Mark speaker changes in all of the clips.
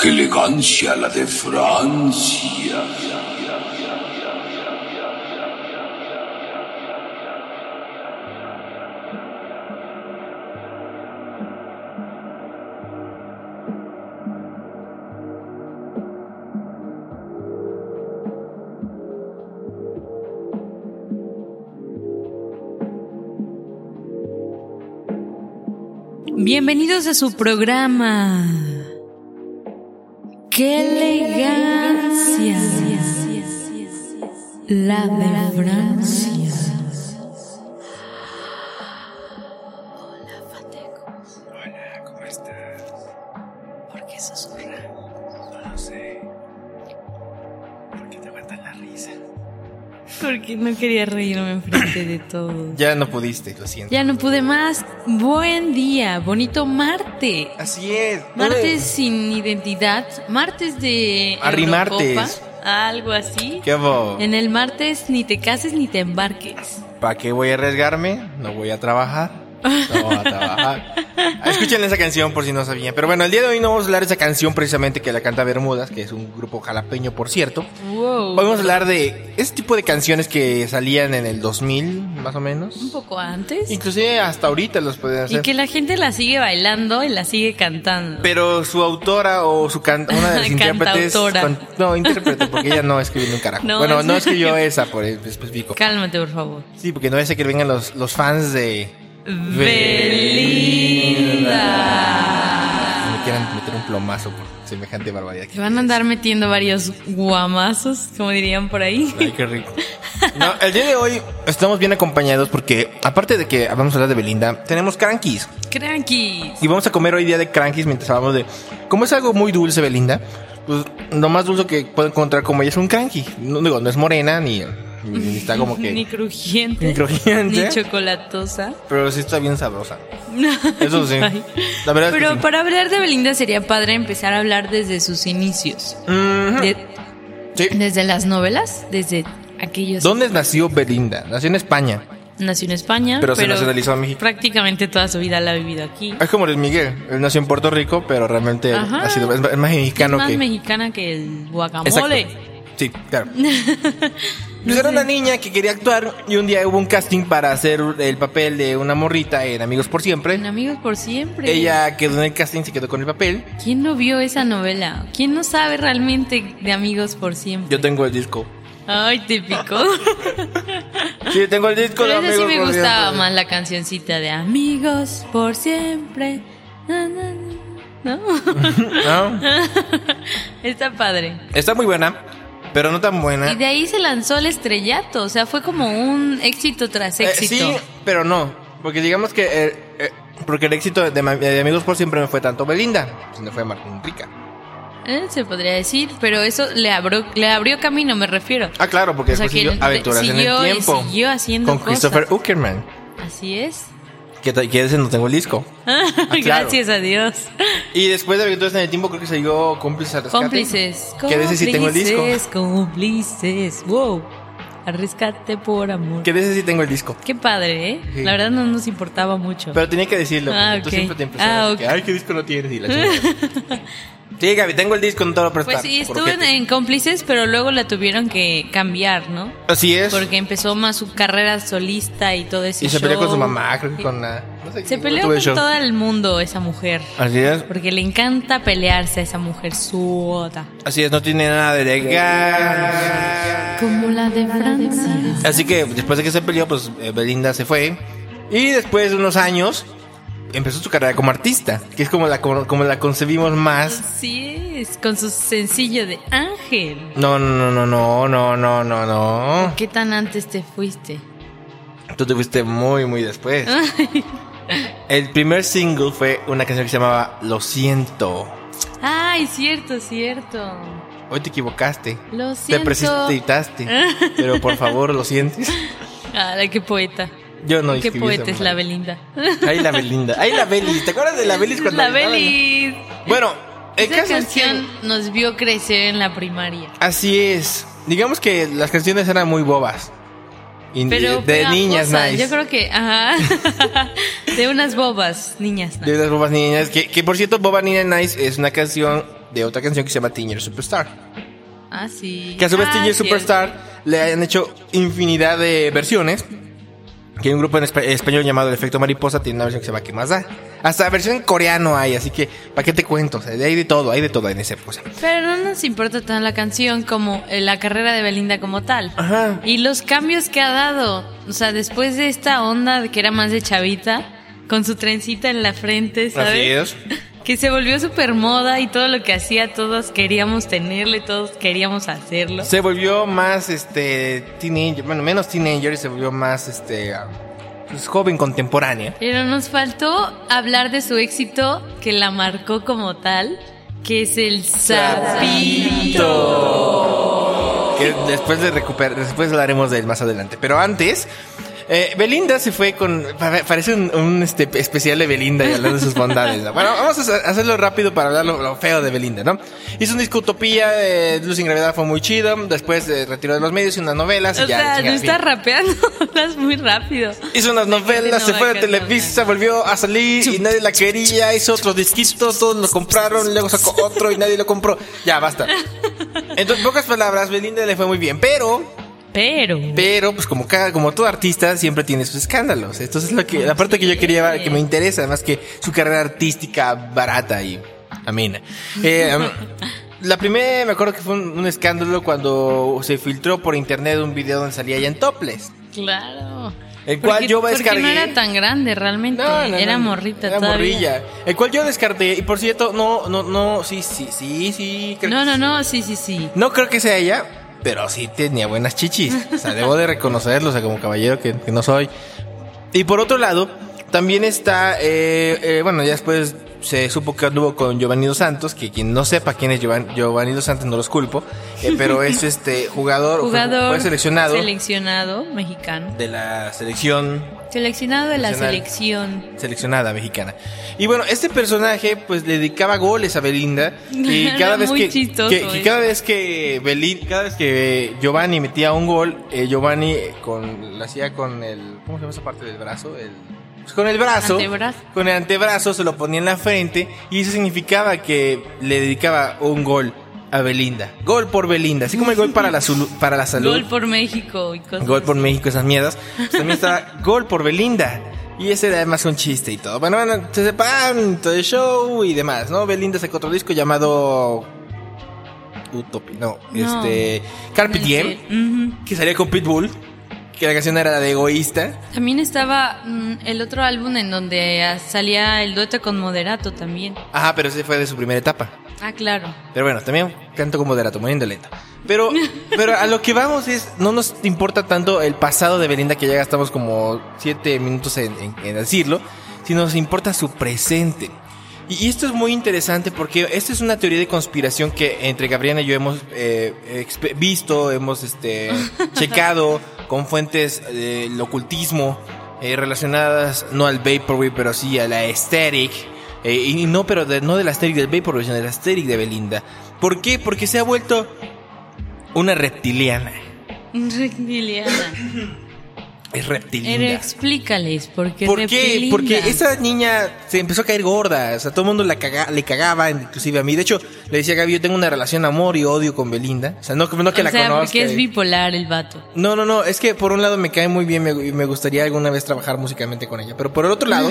Speaker 1: ¡Qué elegancia la de Francia!
Speaker 2: Bienvenidos a su programa. ¡Qué elegancia! La de Francia. Hola, Fatecos.
Speaker 3: Hola, ¿cómo estás?
Speaker 2: ¿Por qué susurra?
Speaker 3: No lo sé. ¿Por qué te aguantas la risa?
Speaker 2: Porque no quería reírme enfrente de todos.
Speaker 3: Ya no pudiste, lo siento.
Speaker 2: Ya no pude más. Buen día, bonito martes.
Speaker 3: Así es.
Speaker 2: Martes sin identidad, martes de
Speaker 3: Arrimartes.
Speaker 2: Eurocopa, algo así.
Speaker 3: ¿Qué hago?
Speaker 2: En el martes ni te cases ni te embarques.
Speaker 3: ¿Para qué voy a arriesgarme? No voy a trabajar. No voy a trabajar. Escuchen esa canción por si no sabían. Pero bueno, el día de hoy no vamos a hablar de esa canción precisamente que la canta Bermudas, que es un grupo jalapeño, por cierto. Hoy
Speaker 2: Wow.
Speaker 3: vamos a hablar de ese tipo de canciones que salían en el 2000, más o
Speaker 2: Un
Speaker 3: menos.
Speaker 2: poco antes.
Speaker 3: Inclusive hasta ahorita los pueden
Speaker 2: Y
Speaker 3: hacer.
Speaker 2: que la gente la sigue bailando y la sigue cantando.
Speaker 3: Pero su autora o su can- una de las intérpretes.
Speaker 2: Cantautora.
Speaker 3: no, intérprete, porque ella no escribió ni un carajo.
Speaker 2: No,
Speaker 3: bueno,
Speaker 2: es-
Speaker 3: no escribió esa, por específico.
Speaker 2: Cálmate, por favor.
Speaker 3: Sí, porque no es que vengan los, los fans de.
Speaker 2: Belinda.
Speaker 3: Me quieran meter un plomazo por semejante barbaridad.
Speaker 2: Te van a andar metiendo varios guamazos, como dirían por ahí.
Speaker 3: Ay, qué rico. No, el día de hoy estamos bien acompañados porque, aparte de que vamos a hablar de Belinda, tenemos crankies.
Speaker 2: Crankies.
Speaker 3: Y vamos a comer hoy día de crankies mientras hablamos de. Como es algo muy dulce, Belinda, pues lo más dulce que puedo encontrar como ella es un cranky. No, digo, no es morena ni, ni- ni está como Ah, que.
Speaker 2: Ni crujiente.
Speaker 3: Ni
Speaker 2: Ni
Speaker 3: crujiente.
Speaker 2: chocolatosa.
Speaker 3: Pero sí está bien sabrosa. Eso sí.
Speaker 2: Ay.
Speaker 3: La verdad
Speaker 2: Pero
Speaker 3: es que sí.
Speaker 2: para hablar de Belinda sería padre empezar a hablar desde sus inicios.
Speaker 3: Ujú.
Speaker 2: De-
Speaker 3: Sí.
Speaker 2: desde las novelas, desde aquellos.
Speaker 3: ¿Dónde nació Belinda? Nació en España.
Speaker 2: Nació en España,
Speaker 3: Pero se nacionalizó en México.
Speaker 2: Prácticamente toda su vida la ha vivido aquí.
Speaker 3: Es como Luis Miguel. Él nació en Puerto Rico, pero realmente
Speaker 2: Ajá.
Speaker 3: ha sido, es, es más mexicano
Speaker 2: es más
Speaker 3: que.
Speaker 2: mexicana que el
Speaker 3: Exacto.
Speaker 2: guacamole.
Speaker 3: Sí, claro. Pues era una niña que quería actuar y un día hubo un casting para hacer el papel de una morrita en Amigos por
Speaker 2: En
Speaker 3: Siempre.
Speaker 2: Amigos por siempre.
Speaker 3: Ella quedó en el casting, se quedó con el papel.
Speaker 2: ¿Quién no vio esa novela? ¿Quién no sabe realmente de Amigos por siempre?
Speaker 3: Yo tengo el disco.
Speaker 2: Ay, te picó.
Speaker 3: Sí, tengo el disco
Speaker 2: Pero
Speaker 3: de
Speaker 2: esa sí
Speaker 3: Amigos
Speaker 2: me
Speaker 3: por
Speaker 2: gustaba
Speaker 3: Siempre.
Speaker 2: más la cancioncita de Amigos por siempre. Na, na, na, ¿No?
Speaker 3: ¿No?
Speaker 2: Está padre.
Speaker 3: Está muy buena, pero no tan buena.
Speaker 2: Y de ahí se lanzó el estrellato, o sea, fue como un éxito tras
Speaker 3: Eh,
Speaker 2: éxito.
Speaker 3: sí, pero no. Porque digamos que. eh, eh, porque el éxito de, Ma- de Amigos por Siempre no fue tanto Belinda, sino fue Martín Rica.
Speaker 2: Eh, Se podría decir, pero eso le abrió, le abrió camino, me refiero.
Speaker 3: Ah, claro, porque
Speaker 2: O sea,
Speaker 3: después
Speaker 2: que
Speaker 3: siguió
Speaker 2: él
Speaker 3: Aventuras
Speaker 2: siguió
Speaker 3: en
Speaker 2: y
Speaker 3: el Tiempo.
Speaker 2: siguió haciendo
Speaker 3: Con
Speaker 2: cosas.
Speaker 3: Christopher Uckerman.
Speaker 2: Así es.
Speaker 3: Que, ta- que ese no tengo el disco. Ah, claro.
Speaker 2: Gracias a Dios.
Speaker 3: Y después de Aventuras en el Tiempo, creo que siguió Cómplices al Rescate.
Speaker 2: Cómplices.
Speaker 3: Que de ese sí tengo el disco.
Speaker 2: Cómplices, cómplices. Wow. Arriscate por amor.
Speaker 3: Que de ese sí tengo el disco.
Speaker 2: Qué padre, ¿eh?
Speaker 3: Sí.
Speaker 2: La verdad no nos importaba mucho.
Speaker 3: Pero tenía que decirlo. porque
Speaker 2: Ah,
Speaker 3: Tú
Speaker 2: ok.
Speaker 3: siempre te empezabas
Speaker 2: Ah,
Speaker 3: de que,
Speaker 2: ok.
Speaker 3: Ay, ¿qué disco no tienes? Y la chingada. sí, Gaby, tengo el disco, no te lo prestar.
Speaker 2: pues sí, estuvo
Speaker 3: porque-
Speaker 2: en, en cómplices, pero luego la tuvieron que cambiar, ¿no?
Speaker 3: Así es.
Speaker 2: Porque empezó más su carrera solista y todo eso.
Speaker 3: y se peleó con su mamá, creo que con la. No sé,
Speaker 2: Se
Speaker 3: no
Speaker 2: peleó
Speaker 3: tuve
Speaker 2: con
Speaker 3: show.
Speaker 2: todo el mundo esa mujer.
Speaker 3: Así es.
Speaker 2: Porque le encanta pelearse a esa mujer suota.
Speaker 3: Así es, no tiene nada de legal.
Speaker 2: Como la de Francia.
Speaker 3: Así que después de que se peleó, pues eh, Belinda se fue. Y después de unos años, empezó su carrera como artista, que es como la, como, como la concebimos más.
Speaker 2: Así es, con su sencillo de Ángel.
Speaker 3: No, no, no, no, no, no, no, no.
Speaker 2: ¿Qué tan antes te fuiste?
Speaker 3: Tú te fuiste muy, muy después. El primer single fue una canción que se llamaba Lo siento.
Speaker 2: Ay, cierto, cierto.
Speaker 3: Hoy te equivocaste.
Speaker 2: Lo
Speaker 3: Te
Speaker 2: siento.
Speaker 3: precipitaste. Pero por favor, lo sientes.
Speaker 2: Ah, la que poeta.
Speaker 3: Yo no
Speaker 2: Qué
Speaker 3: escribí
Speaker 2: poeta
Speaker 3: esa
Speaker 2: es la
Speaker 3: madre.
Speaker 2: Belinda.
Speaker 3: Ay, la Belinda. Ay, la Belis. ¿Te acuerdas de la Belis cuando
Speaker 2: La
Speaker 3: gritaban?
Speaker 2: Belis.
Speaker 3: Bueno, el
Speaker 2: Esa
Speaker 3: caso es que-
Speaker 2: canción nos vio crecer en la primaria.
Speaker 3: Así es. Digamos que las canciones eran muy bobas. Y
Speaker 2: Pero
Speaker 3: de
Speaker 2: pegajosa,
Speaker 3: niñas nice.
Speaker 2: Yo creo que, ajá. de unas bobas, niñas nice.
Speaker 3: De las bobas niñas. Que, que por cierto, Boba Niña Nice es una canción de otra canción que se llama Teenage Superstar.
Speaker 2: Ah, sí.
Speaker 3: Que a su vez
Speaker 2: Ah,
Speaker 3: Teenage
Speaker 2: cierto.
Speaker 3: Superstar le han hecho infinidad de versiones. Que hay un grupo en espa- español llamado El Efecto Mariposa, tiene una versión que se llama ¿Qué más da? Hasta versión en coreano hay, así que ¿para qué te cuento? O sea, hay de todo, hay de todo en esa cosa.
Speaker 2: Pero no nos importa tan la canción como eh, la carrera de Belinda como tal.
Speaker 3: Ajá.
Speaker 2: Y los cambios que ha dado. O sea, después de esta onda de que era más de chavita, con su trencita en la frente, ¿sabes?
Speaker 3: Así es.
Speaker 2: Que se volvió súper moda y todo lo que hacía, todos queríamos tenerlo y todos queríamos hacerlo.
Speaker 3: Se volvió más este teenager, bueno, menos teenager y se volvió más este ah, pues, joven contemporánea.
Speaker 2: Pero nos faltó hablar de su éxito que la marcó como tal, que es el sapito.
Speaker 3: Que después de recuperar, después hablaremos de él más adelante. Pero antes, eh, Belinda se fue con. pa- Parece un, un, este, especial de Belinda y hablando de sus bondades. ¿no? Bueno, vamos a hacer- hacerlo rápido para hablar lo, lo feo de Belinda, ¿no? Hizo un disco Utopía, eh, Luz sin Gravedad fue muy chido. Después eh, retiró de los medios y unas novelas. y
Speaker 2: O
Speaker 3: ya,
Speaker 2: sea,
Speaker 3: chinga,
Speaker 2: no
Speaker 3: fin.
Speaker 2: estás rapeando, hablas muy rápido.
Speaker 3: Hizo unas novelas, se
Speaker 2: no
Speaker 3: fue
Speaker 2: va
Speaker 3: de
Speaker 2: a cantar
Speaker 3: Televisa, volvió a salir y nadie la quería, hizo otros disquitos, todos lo compraron, luego sacó otro y nadie lo compró. Ya, basta. Entonces, pocas palabras, Belinda le fue muy bien, pero,
Speaker 2: Pero.
Speaker 3: pero, pues como cada, como todo artista siempre tiene sus escándalos. Esto es lo que, la parte que yo quería, que me interesa, además que su carrera artística barata y amena. Eh, la primera, me acuerdo que fue un, un escándalo cuando se filtró por internet un video donde salía ella en topless.
Speaker 2: Claro.
Speaker 3: El cual yo
Speaker 2: porque
Speaker 3: descargué.
Speaker 2: no era tan grande realmente.
Speaker 3: No, no,
Speaker 2: era
Speaker 3: no,
Speaker 2: morrita
Speaker 3: era
Speaker 2: todavía.
Speaker 3: morrilla. El cual yo descarté. Y por cierto, no, no, no, sí, sí, sí, sí. creo
Speaker 2: No,
Speaker 3: que
Speaker 2: no,
Speaker 3: sí.
Speaker 2: no, sí, sí, sí.
Speaker 3: No creo que sea ella, pero sí tenía buenas chichis. O sea, debo de reconocerlo, o sea, como caballero que, que no soy. Y por otro lado, también está, eh, eh, bueno, ya después se supo que anduvo con Giovanni Dos Santos, que quien no sepa quién es Giovan- Giovanni Dos Santos no los culpo, eh, pero es este jugador, fue-
Speaker 2: Jugador
Speaker 3: fue seleccionado
Speaker 2: seleccionado mexicano.
Speaker 3: de la selección
Speaker 2: Seleccionado de la
Speaker 3: Nacional.
Speaker 2: selección.
Speaker 3: seleccionada mexicana. Y bueno, este personaje pues le dedicaba goles a Belinda y
Speaker 2: Era
Speaker 3: cada vez
Speaker 2: muy
Speaker 3: que,
Speaker 2: chistoso
Speaker 3: que- que
Speaker 2: eso.
Speaker 3: cada vez que Belin, cada vez que eh, Giovanni metía un gol, eh, Giovanni con la hacía con el ¿cómo se llama esa parte del brazo? El pues, con el brazo,
Speaker 2: Antebrazo.
Speaker 3: con el antebrazo se lo ponía en la frente y eso significaba que le dedicaba un gol a Belinda. Gol por Belinda, así como el gol para la sulu- para la salud.
Speaker 2: Gol por México y cosas.
Speaker 3: Gol por México, esas mierdas. Pues también estaba Gol por Belinda. Y ese era además un chiste y todo. Bueno, bueno, se separan todo el show y demás, ¿no? Belinda sacó otro disco llamado. Utopia. No,
Speaker 2: No.
Speaker 3: este. Carpe Diem,
Speaker 2: Ujú.
Speaker 3: que salía con Pitbull. Que la canción era la de Egoísta.
Speaker 2: También estaba mm, el otro álbum en donde ah, salía el dueto con Moderato también.
Speaker 3: Ajá, pero ese fue de su primera etapa.
Speaker 2: Ah, claro.
Speaker 3: Pero bueno, también canto como de la muy lenta. Pero, pero a lo que vamos es, no nos importa tanto el pasado de Belinda, que ya gastamos como siete minutos en, en- en decirlo, sino nos importa su presente. Y, y esto es muy interesante porque esta es una teoría de conspiración que entre Gabriela y yo hemos eh, exp- visto, hemos este, checado con fuentes del ocultismo eh, relacionadas no al Vaporwave, pero sí a la aesthetic. Eh, y no, pero de- no del Asterix del Vaporwave, sino del Asterix de Belinda. ¿Por qué? Porque se ha vuelto una reptiliana.
Speaker 2: Reptiliana.
Speaker 3: Es
Speaker 2: Pero
Speaker 3: reptilina.
Speaker 2: explícales, ¿por qué
Speaker 3: ¿Por qué?
Speaker 2: reptilina?
Speaker 3: Porque esa niña se empezó a caer gorda. O sea, todo el mundo la caga- le cagaba, inclusive a mí. De hecho, le decía a Gaby, yo tengo una relación amor y odio con Belinda. O sea, no, no que
Speaker 2: o
Speaker 3: la
Speaker 2: sea,
Speaker 3: conozca.
Speaker 2: porque es bipolar el vato.
Speaker 3: No, no, no, es que por un lado me cae muy bien me- y me gustaría alguna vez trabajar musicalmente con ella, pero por el otro lado,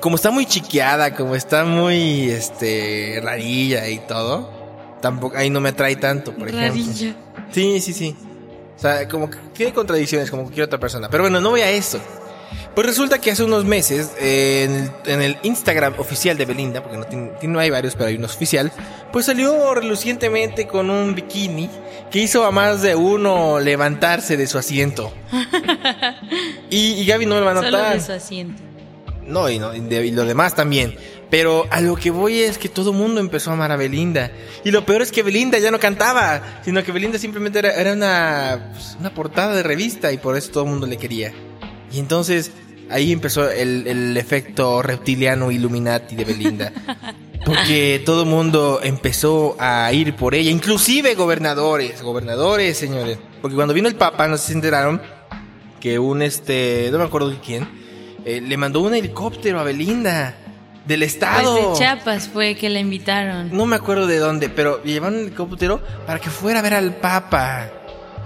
Speaker 3: como está muy chiqueada, como está muy, este, rarilla y todo, tampoco, ahí no me atrae tanto, por ejemplo.
Speaker 2: Rarilla.
Speaker 3: Sí, sí, sí. O sea, como que tiene contradicciones como cualquier otra persona, pero bueno, no voy a eso. Pues resulta que hace unos meses eh, en, el, en el Instagram oficial de Belinda, porque no, tiene, tiene- no hay varios, pero hay uno oficial, pues salió relucientemente con un bikini que hizo a más de uno levantarse de su asiento. y, y Gaby no lo va a
Speaker 2: Solo
Speaker 3: notar.
Speaker 2: de su asiento. Pues
Speaker 3: No, y, no- y de- y lo demás también. Pero a lo que voy es que todo el mundo empezó a amar a Belinda. Y lo peor es que Belinda ya no cantaba, sino que Belinda simplemente era, era una, pues, una portada de revista y por eso todo el mundo le quería. Y entonces ahí empezó el, el efecto reptiliano Illuminati de Belinda. Porque todo el mundo empezó a ir por ella, inclusive gobernadores, gobernadores, señores. Porque cuando vino el Papa, no sé si se enteraron, que un este, no me acuerdo de quién, eh, le mandó un helicóptero a Belinda. Del
Speaker 2: Pues
Speaker 3: estado.
Speaker 2: de Chiapas fue que la invitaron.
Speaker 3: No me acuerdo de dónde, pero llevaron el helicóptero para que fuera a ver al Papa.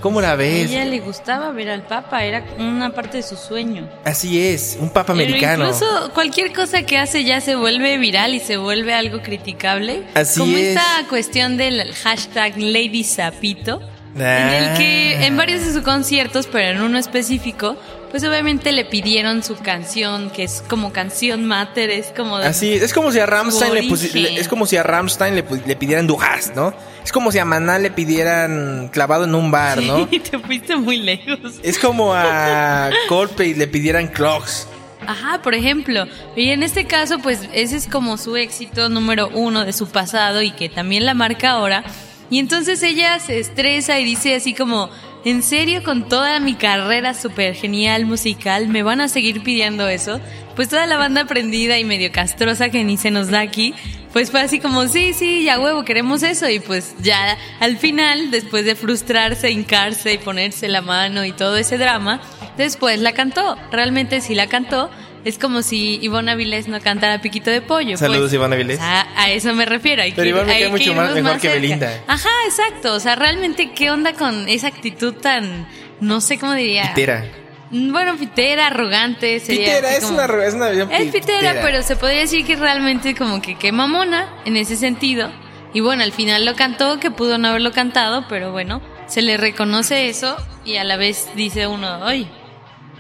Speaker 3: ¿Cómo la
Speaker 2: A
Speaker 3: ves?
Speaker 2: ella le gustaba ver al Papa, era una parte de su sueño.
Speaker 3: Así es, un Papa americano.
Speaker 2: Pero incluso cualquier cosa que hace ya se vuelve viral y se vuelve algo criticable.
Speaker 3: Así
Speaker 2: Como
Speaker 3: es.
Speaker 2: esta cuestión del hashtag Lady Zapito, en el
Speaker 3: Ah.
Speaker 2: que en varios de sus conciertos, pero en uno específico, pues obviamente le pidieron su canción, que es como canción mater, es como de-
Speaker 3: Así es, es como si a Ramstein le, pusi-
Speaker 2: Origen.
Speaker 3: le- es como si a Rammstein le, pu- le pidieran Dujas, ¿no? Es como si a Maná le pidieran clavado en un bar, ¿no?
Speaker 2: Y te fuiste muy lejos.
Speaker 3: Es como a Coldplay le pidieran Clocks.
Speaker 2: Ajá, por ejemplo. Y en este caso, pues ese es como su éxito número uno de su pasado y que también la marca ahora. Y entonces ella se estresa y dice así como, en serio, con toda mi carrera súper genial musical, ¿me van a seguir pidiendo eso? Pues toda la banda prendida y medio castrosa que ni se nos da aquí, pues fue así como, sí, sí, ya huevo, queremos eso. Y pues ya al final, después de frustrarse, hincarse y ponerse la mano y todo ese drama, después la cantó. Realmente sí la cantó. Es como si Ivonne Avilés no cantara Piquito de Pollo.
Speaker 3: Saludos,
Speaker 2: pues.
Speaker 3: Ivonne Avilés.
Speaker 2: A, a eso me refiero. Hay
Speaker 3: Pero
Speaker 2: que,
Speaker 3: Ivonne me
Speaker 2: hay
Speaker 3: cae
Speaker 2: que
Speaker 3: mucho más-
Speaker 2: irnos
Speaker 3: mejor que
Speaker 2: cerca.
Speaker 3: Belinda.
Speaker 2: Ajá, exacto. O sea, realmente, ¿qué onda con esa actitud tan, no sé cómo diría?
Speaker 3: Pitera.
Speaker 2: Mm, Bueno, pitera, arrogante. Sería
Speaker 3: Pitera
Speaker 2: así
Speaker 3: es
Speaker 2: como-
Speaker 3: una, ro- es una versión
Speaker 2: es pitera, pero se podría decir que realmente como que qué mamona en ese sentido. Y bueno, al final lo cantó, que pudo no haberlo cantado, pero bueno, se le reconoce eso y a la vez dice uno, ay,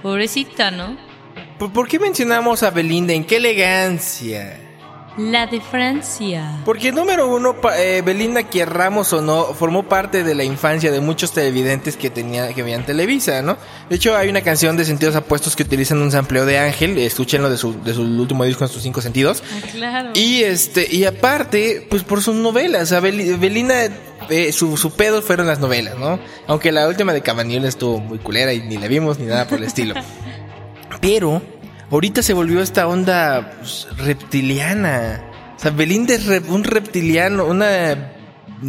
Speaker 2: pobrecita, ¿no?
Speaker 3: ¿Por, por qué mencionamos a Belinda? ¿En qué elegancia?
Speaker 2: La de Francia.
Speaker 3: Porque número uno, pa- eh, Belinda, querramos o no, formó parte de la infancia de muchos televidentes que tenía, que veían Televisa, ¿no? De hecho, hay una canción de Sentidos Apuestos que utilizan un sampleo de Ángel, escúchenlo de su, de su último disco en sus cinco sentidos.
Speaker 2: Ah, claro.
Speaker 3: Y este, y aparte, pues por sus novelas, o sea, Beli- Belinda, eh, su, su pedo fueron las novelas, ¿no? Aunque la última de Cabañuela estuvo muy culera y ni la vimos ni nada por el estilo. Pero, ahorita se volvió esta onda pues, reptiliana. O sea, Belinda es rep- un reptiliano, una...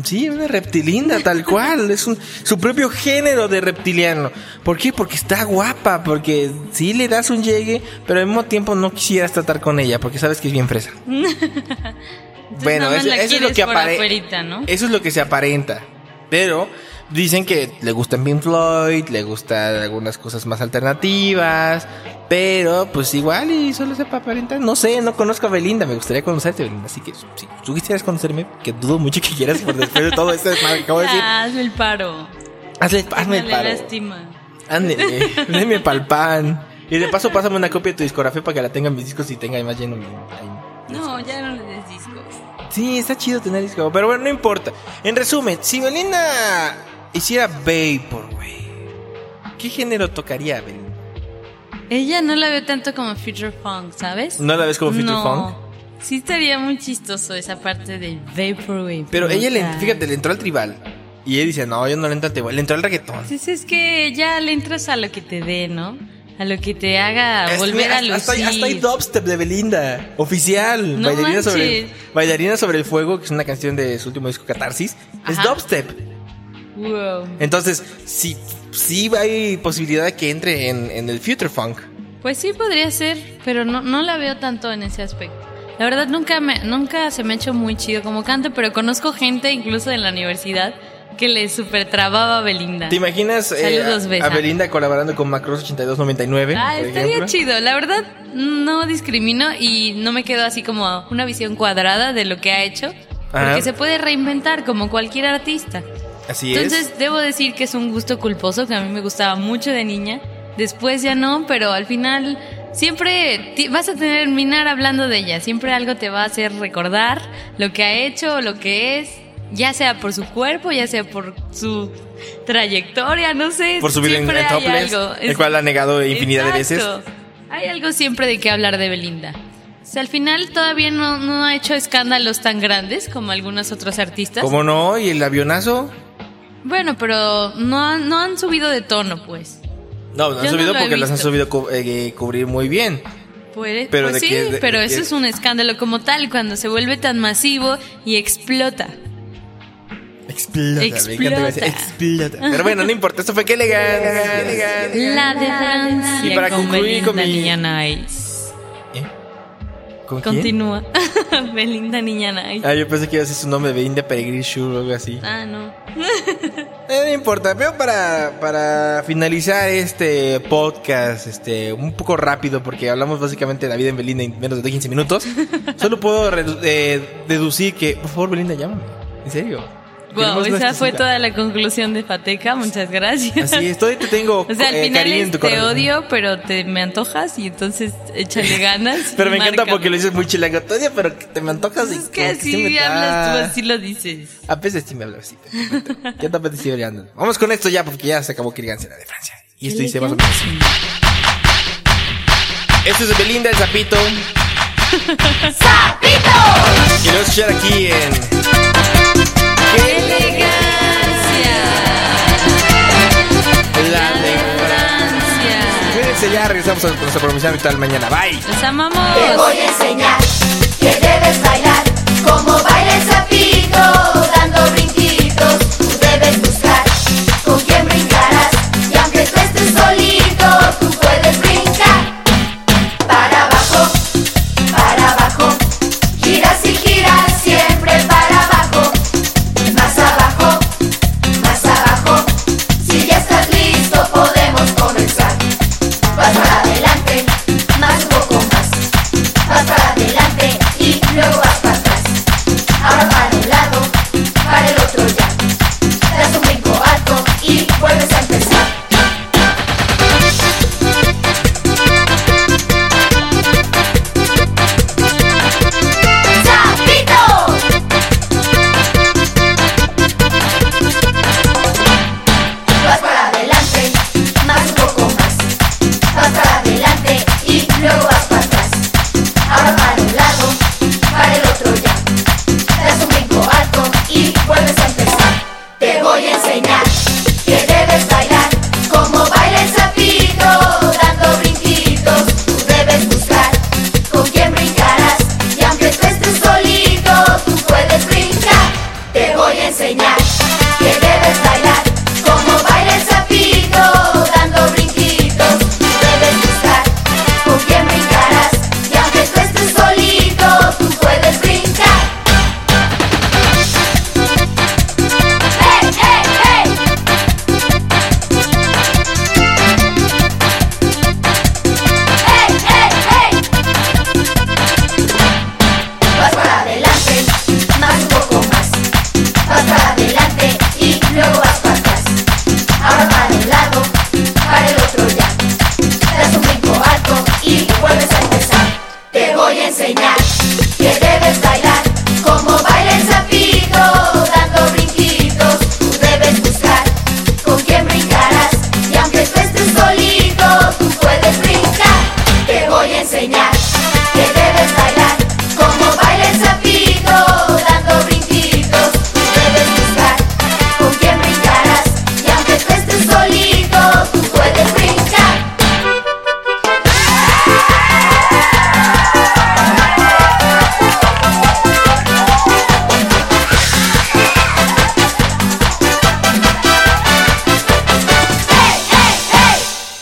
Speaker 3: Sí, una reptilinda, tal cual. Es un, su propio género de reptiliano. ¿Por qué? Porque está guapa, porque sí le das un llegue, pero al mismo tiempo no quisieras tratar con ella, porque sabes que es bien fresa.
Speaker 2: Entonces,
Speaker 3: Bueno,
Speaker 2: nada más la
Speaker 3: eso, eso es lo
Speaker 2: quieres
Speaker 3: que
Speaker 2: por
Speaker 3: apare- Eh,
Speaker 2: afuerita, ¿no?
Speaker 3: Eso es lo que se aparenta. Pero dicen que le gustan Pink Floyd, le gustan algunas cosas más alternativas. Pero pues igual y solo se aparenta. No sé, no conozco a Belinda. Me gustaría conocerte, Belinda. Así que si tú quisieras conocerme, que dudo mucho que quieras por después de todo esto desmadre que acabo de decir.
Speaker 2: Ah, hazme el paro.
Speaker 3: Hazle, hazme el
Speaker 2: Ándale,
Speaker 3: paro.
Speaker 2: lástima.
Speaker 3: Ándele, denme pa'l pan. Y de paso, pásame una copia de tu discografía para que la tengan mis discos y tenga más lleno mi. ahí.
Speaker 2: No, ya no le des discos.
Speaker 3: Sí, está chido tener disco, pero bueno, no importa. En resumen, si Belinda hiciera Vaporwave, ¿qué género tocaría Belinda?
Speaker 2: Ella no la veo tanto como Future Funk, ¿sabes?
Speaker 3: ¿No la ves como Future
Speaker 2: no.
Speaker 3: Funk?
Speaker 2: Sí estaría muy chistoso esa parte del Vaporwave.
Speaker 3: Pero ella,
Speaker 2: le
Speaker 3: le, fíjate, le entró al tribal. Y él dice, no, yo no le entro al tribal, le entró al reggaetón.
Speaker 2: Entonces pues es que ya le entras a lo que te dé, ¿no? A lo que te haga
Speaker 3: Hasta-
Speaker 2: volver a
Speaker 3: Este,
Speaker 2: lucir.
Speaker 3: hasta- Hasta, hay- hasta hay dubstep de Belinda, oficial.
Speaker 2: No
Speaker 3: bailarina, sobre,
Speaker 2: manches.
Speaker 3: bailarina sobre el fuego, que es una canción de su último disco, Catarsis. Es
Speaker 2: Ajá.
Speaker 3: dubstep.
Speaker 2: Wow.
Speaker 3: Entonces, sí, sí hay posibilidad de que entre en, en el future funk.
Speaker 2: Pues sí podría ser, pero no, no la veo tanto en ese aspecto. La verdad nunca me, nunca se me ha hecho muy chido como canta, pero conozco gente incluso en la universidad que le super trababa a Belinda.
Speaker 3: ¿Te imaginas eh,
Speaker 2: Saludos,
Speaker 3: a- a,
Speaker 2: Besa.
Speaker 3: Belinda colaborando con Macross 8299?
Speaker 2: Ah,
Speaker 3: por
Speaker 2: estaría
Speaker 3: ejemplo?
Speaker 2: chido. La verdad, no discrimino y no me quedo así como una visión cuadrada de lo que ha hecho.
Speaker 3: Ajá.
Speaker 2: Porque se puede reinventar como cualquier artista.
Speaker 3: Así
Speaker 2: Entonces,
Speaker 3: es.
Speaker 2: debo decir que es un gusto culposo que a mí me gustaba mucho de niña. Después ya no, pero al final siempre ti- vas a terminar hablando de ella. Siempre algo te va a hacer recordar lo que ha hecho, lo que es. Ya sea por su cuerpo, ya sea por su trayectoria, no sé.
Speaker 3: Por subir en,
Speaker 2: siempre
Speaker 3: en
Speaker 2: hay
Speaker 3: topless,
Speaker 2: algo.
Speaker 3: el cual ha negado infinidad de veces.
Speaker 2: Exacto. Hay algo siempre de qué hablar de Belinda. O sea, al final todavía no, no ha hecho escándalos tan grandes como algunos otros artistas.
Speaker 3: ¿Cómo no? ¿Y el avionazo?
Speaker 2: Bueno, pero no, han- no han subido de tono, pues.
Speaker 3: No, no han
Speaker 2: Yo no
Speaker 3: subido
Speaker 2: lo he
Speaker 3: porque las han
Speaker 2: visto.
Speaker 3: subido cu- eh, cubrir muy bien.
Speaker 2: Pues,
Speaker 3: Pero
Speaker 2: pues
Speaker 3: de
Speaker 2: sí,
Speaker 3: que- de-
Speaker 2: pero
Speaker 3: de
Speaker 2: eso
Speaker 3: que-
Speaker 2: es un escándalo como tal, cuando se vuelve tan masivo y explota.
Speaker 3: Explota, me encanta que me dice,
Speaker 2: Explota.
Speaker 3: explota. Pero bueno, no importa, esto fue que elegante.
Speaker 2: La de Francia
Speaker 3: Y para
Speaker 2: con
Speaker 3: concluir
Speaker 2: Belinda
Speaker 3: con mi-
Speaker 2: Niña Nice.
Speaker 3: ¿Eh? ¿Con quién?
Speaker 2: Continúa. Belinda Niñana. Ay.
Speaker 3: Ah, yo pensé que iba a decir su nombre, Belinda Peregrine Shure o algo así.
Speaker 2: Ah, no.
Speaker 3: Eh, no importa, pero para, para finalizar este podcast, este, un poco rápido, porque hablamos básicamente de la vida en Belinda en menos de 15 minutos, solo puedo redu- eh, deducir que, por favor, Belinda, llámame. En serio.
Speaker 2: Wow,
Speaker 3: Queremos una
Speaker 2: esa fue
Speaker 3: exclusiva.
Speaker 2: toda la conclusión de Fateca. Muchas gracias.
Speaker 3: Así es, todavía te tengo
Speaker 2: O sea, al
Speaker 3: eh,
Speaker 2: final
Speaker 3: cariño
Speaker 2: es,
Speaker 3: en tu
Speaker 2: te
Speaker 3: corazón.
Speaker 2: odio, pero te me antojas y entonces échale ganas. y
Speaker 3: Pero me encanta
Speaker 2: márcame.
Speaker 3: porque lo dices muy chilango. Te odio, pero que te me antojas.
Speaker 2: Pues
Speaker 3: y
Speaker 2: es
Speaker 3: como
Speaker 2: que
Speaker 3: sí me
Speaker 2: así
Speaker 3: da.
Speaker 2: hablas tú, así lo dices.
Speaker 3: A veces sí me hablas así. pero bueno, Ya te apetece hablando. Vamos con esto ya, porque ya se acabó Kirganse la de Francia. Y esto dice más o menos. Esto Este es de Belinda, el sapito. ¡Sapito! Y lo vas a escuchar aquí en.
Speaker 2: ¡Qué elegancia!
Speaker 3: La de Francia.
Speaker 2: ¡Elegancia!
Speaker 3: Cuídense ya, regresamos a nuestra promoción habitual mañana. Bye.
Speaker 2: ¡Los
Speaker 4: Te
Speaker 2: amamos!
Speaker 4: voy a enseñar que debes bailar como baila el sapito, dando brinquitos. Tú debes buscar con quién brincarás y aunque tú estés solito, tú puedes brincar. Para abajo, para abajo, giras y giras siempre para abajo, más abajo, más abajo. Si ya estás listo, podemos comenzar. Vas para adelante, más un poco más. Vas para adelante y luego vas para atrás. Ahora para un lado, para el otro ya. Das un brinco alto y vuelves a empezar. ¡Sapito! Vas para adelante, más un poco más. Vas para adelante y luego vas para atrás. Ahora para un lado, para el otro ya. Das un brinco alto y vuelves a empezar. Te voy a enseñar que debes bailar como baila el sapito, dando brinquitos. Tú debes buscar con quién brincarás y aunque tú estés solito, tú puedes brincar. Te voy a enseñar que debes bailar como baila el sapito, dando brinquitos. Tú debes buscar con quién brincarás y aunque tú estés solito, tú puedes brincar. ¡Hey, hey, hey! ¡Hey, hey, hey! Vas para adelante, más un poco más. Vas para adelante y luego vas para atrás. Ahora para un lado, para el otro ya. Das un brinco alto y vuelves a empezar. Te voy a enseñar que debes bailar como baila el sapito, dando brinquitos. Tú debes buscar con quién brincarás y aunque tú estés solito, tú puedes brincar. Te voy a enseñar que debes bailar como baila el sapito, dando brinquitos. Tú debes buscar con quién brincarás y aunque tú estés solito, tú puedes brincar.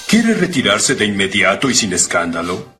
Speaker 1: ¿Quiere retirarse de inmediato y sin escándalo?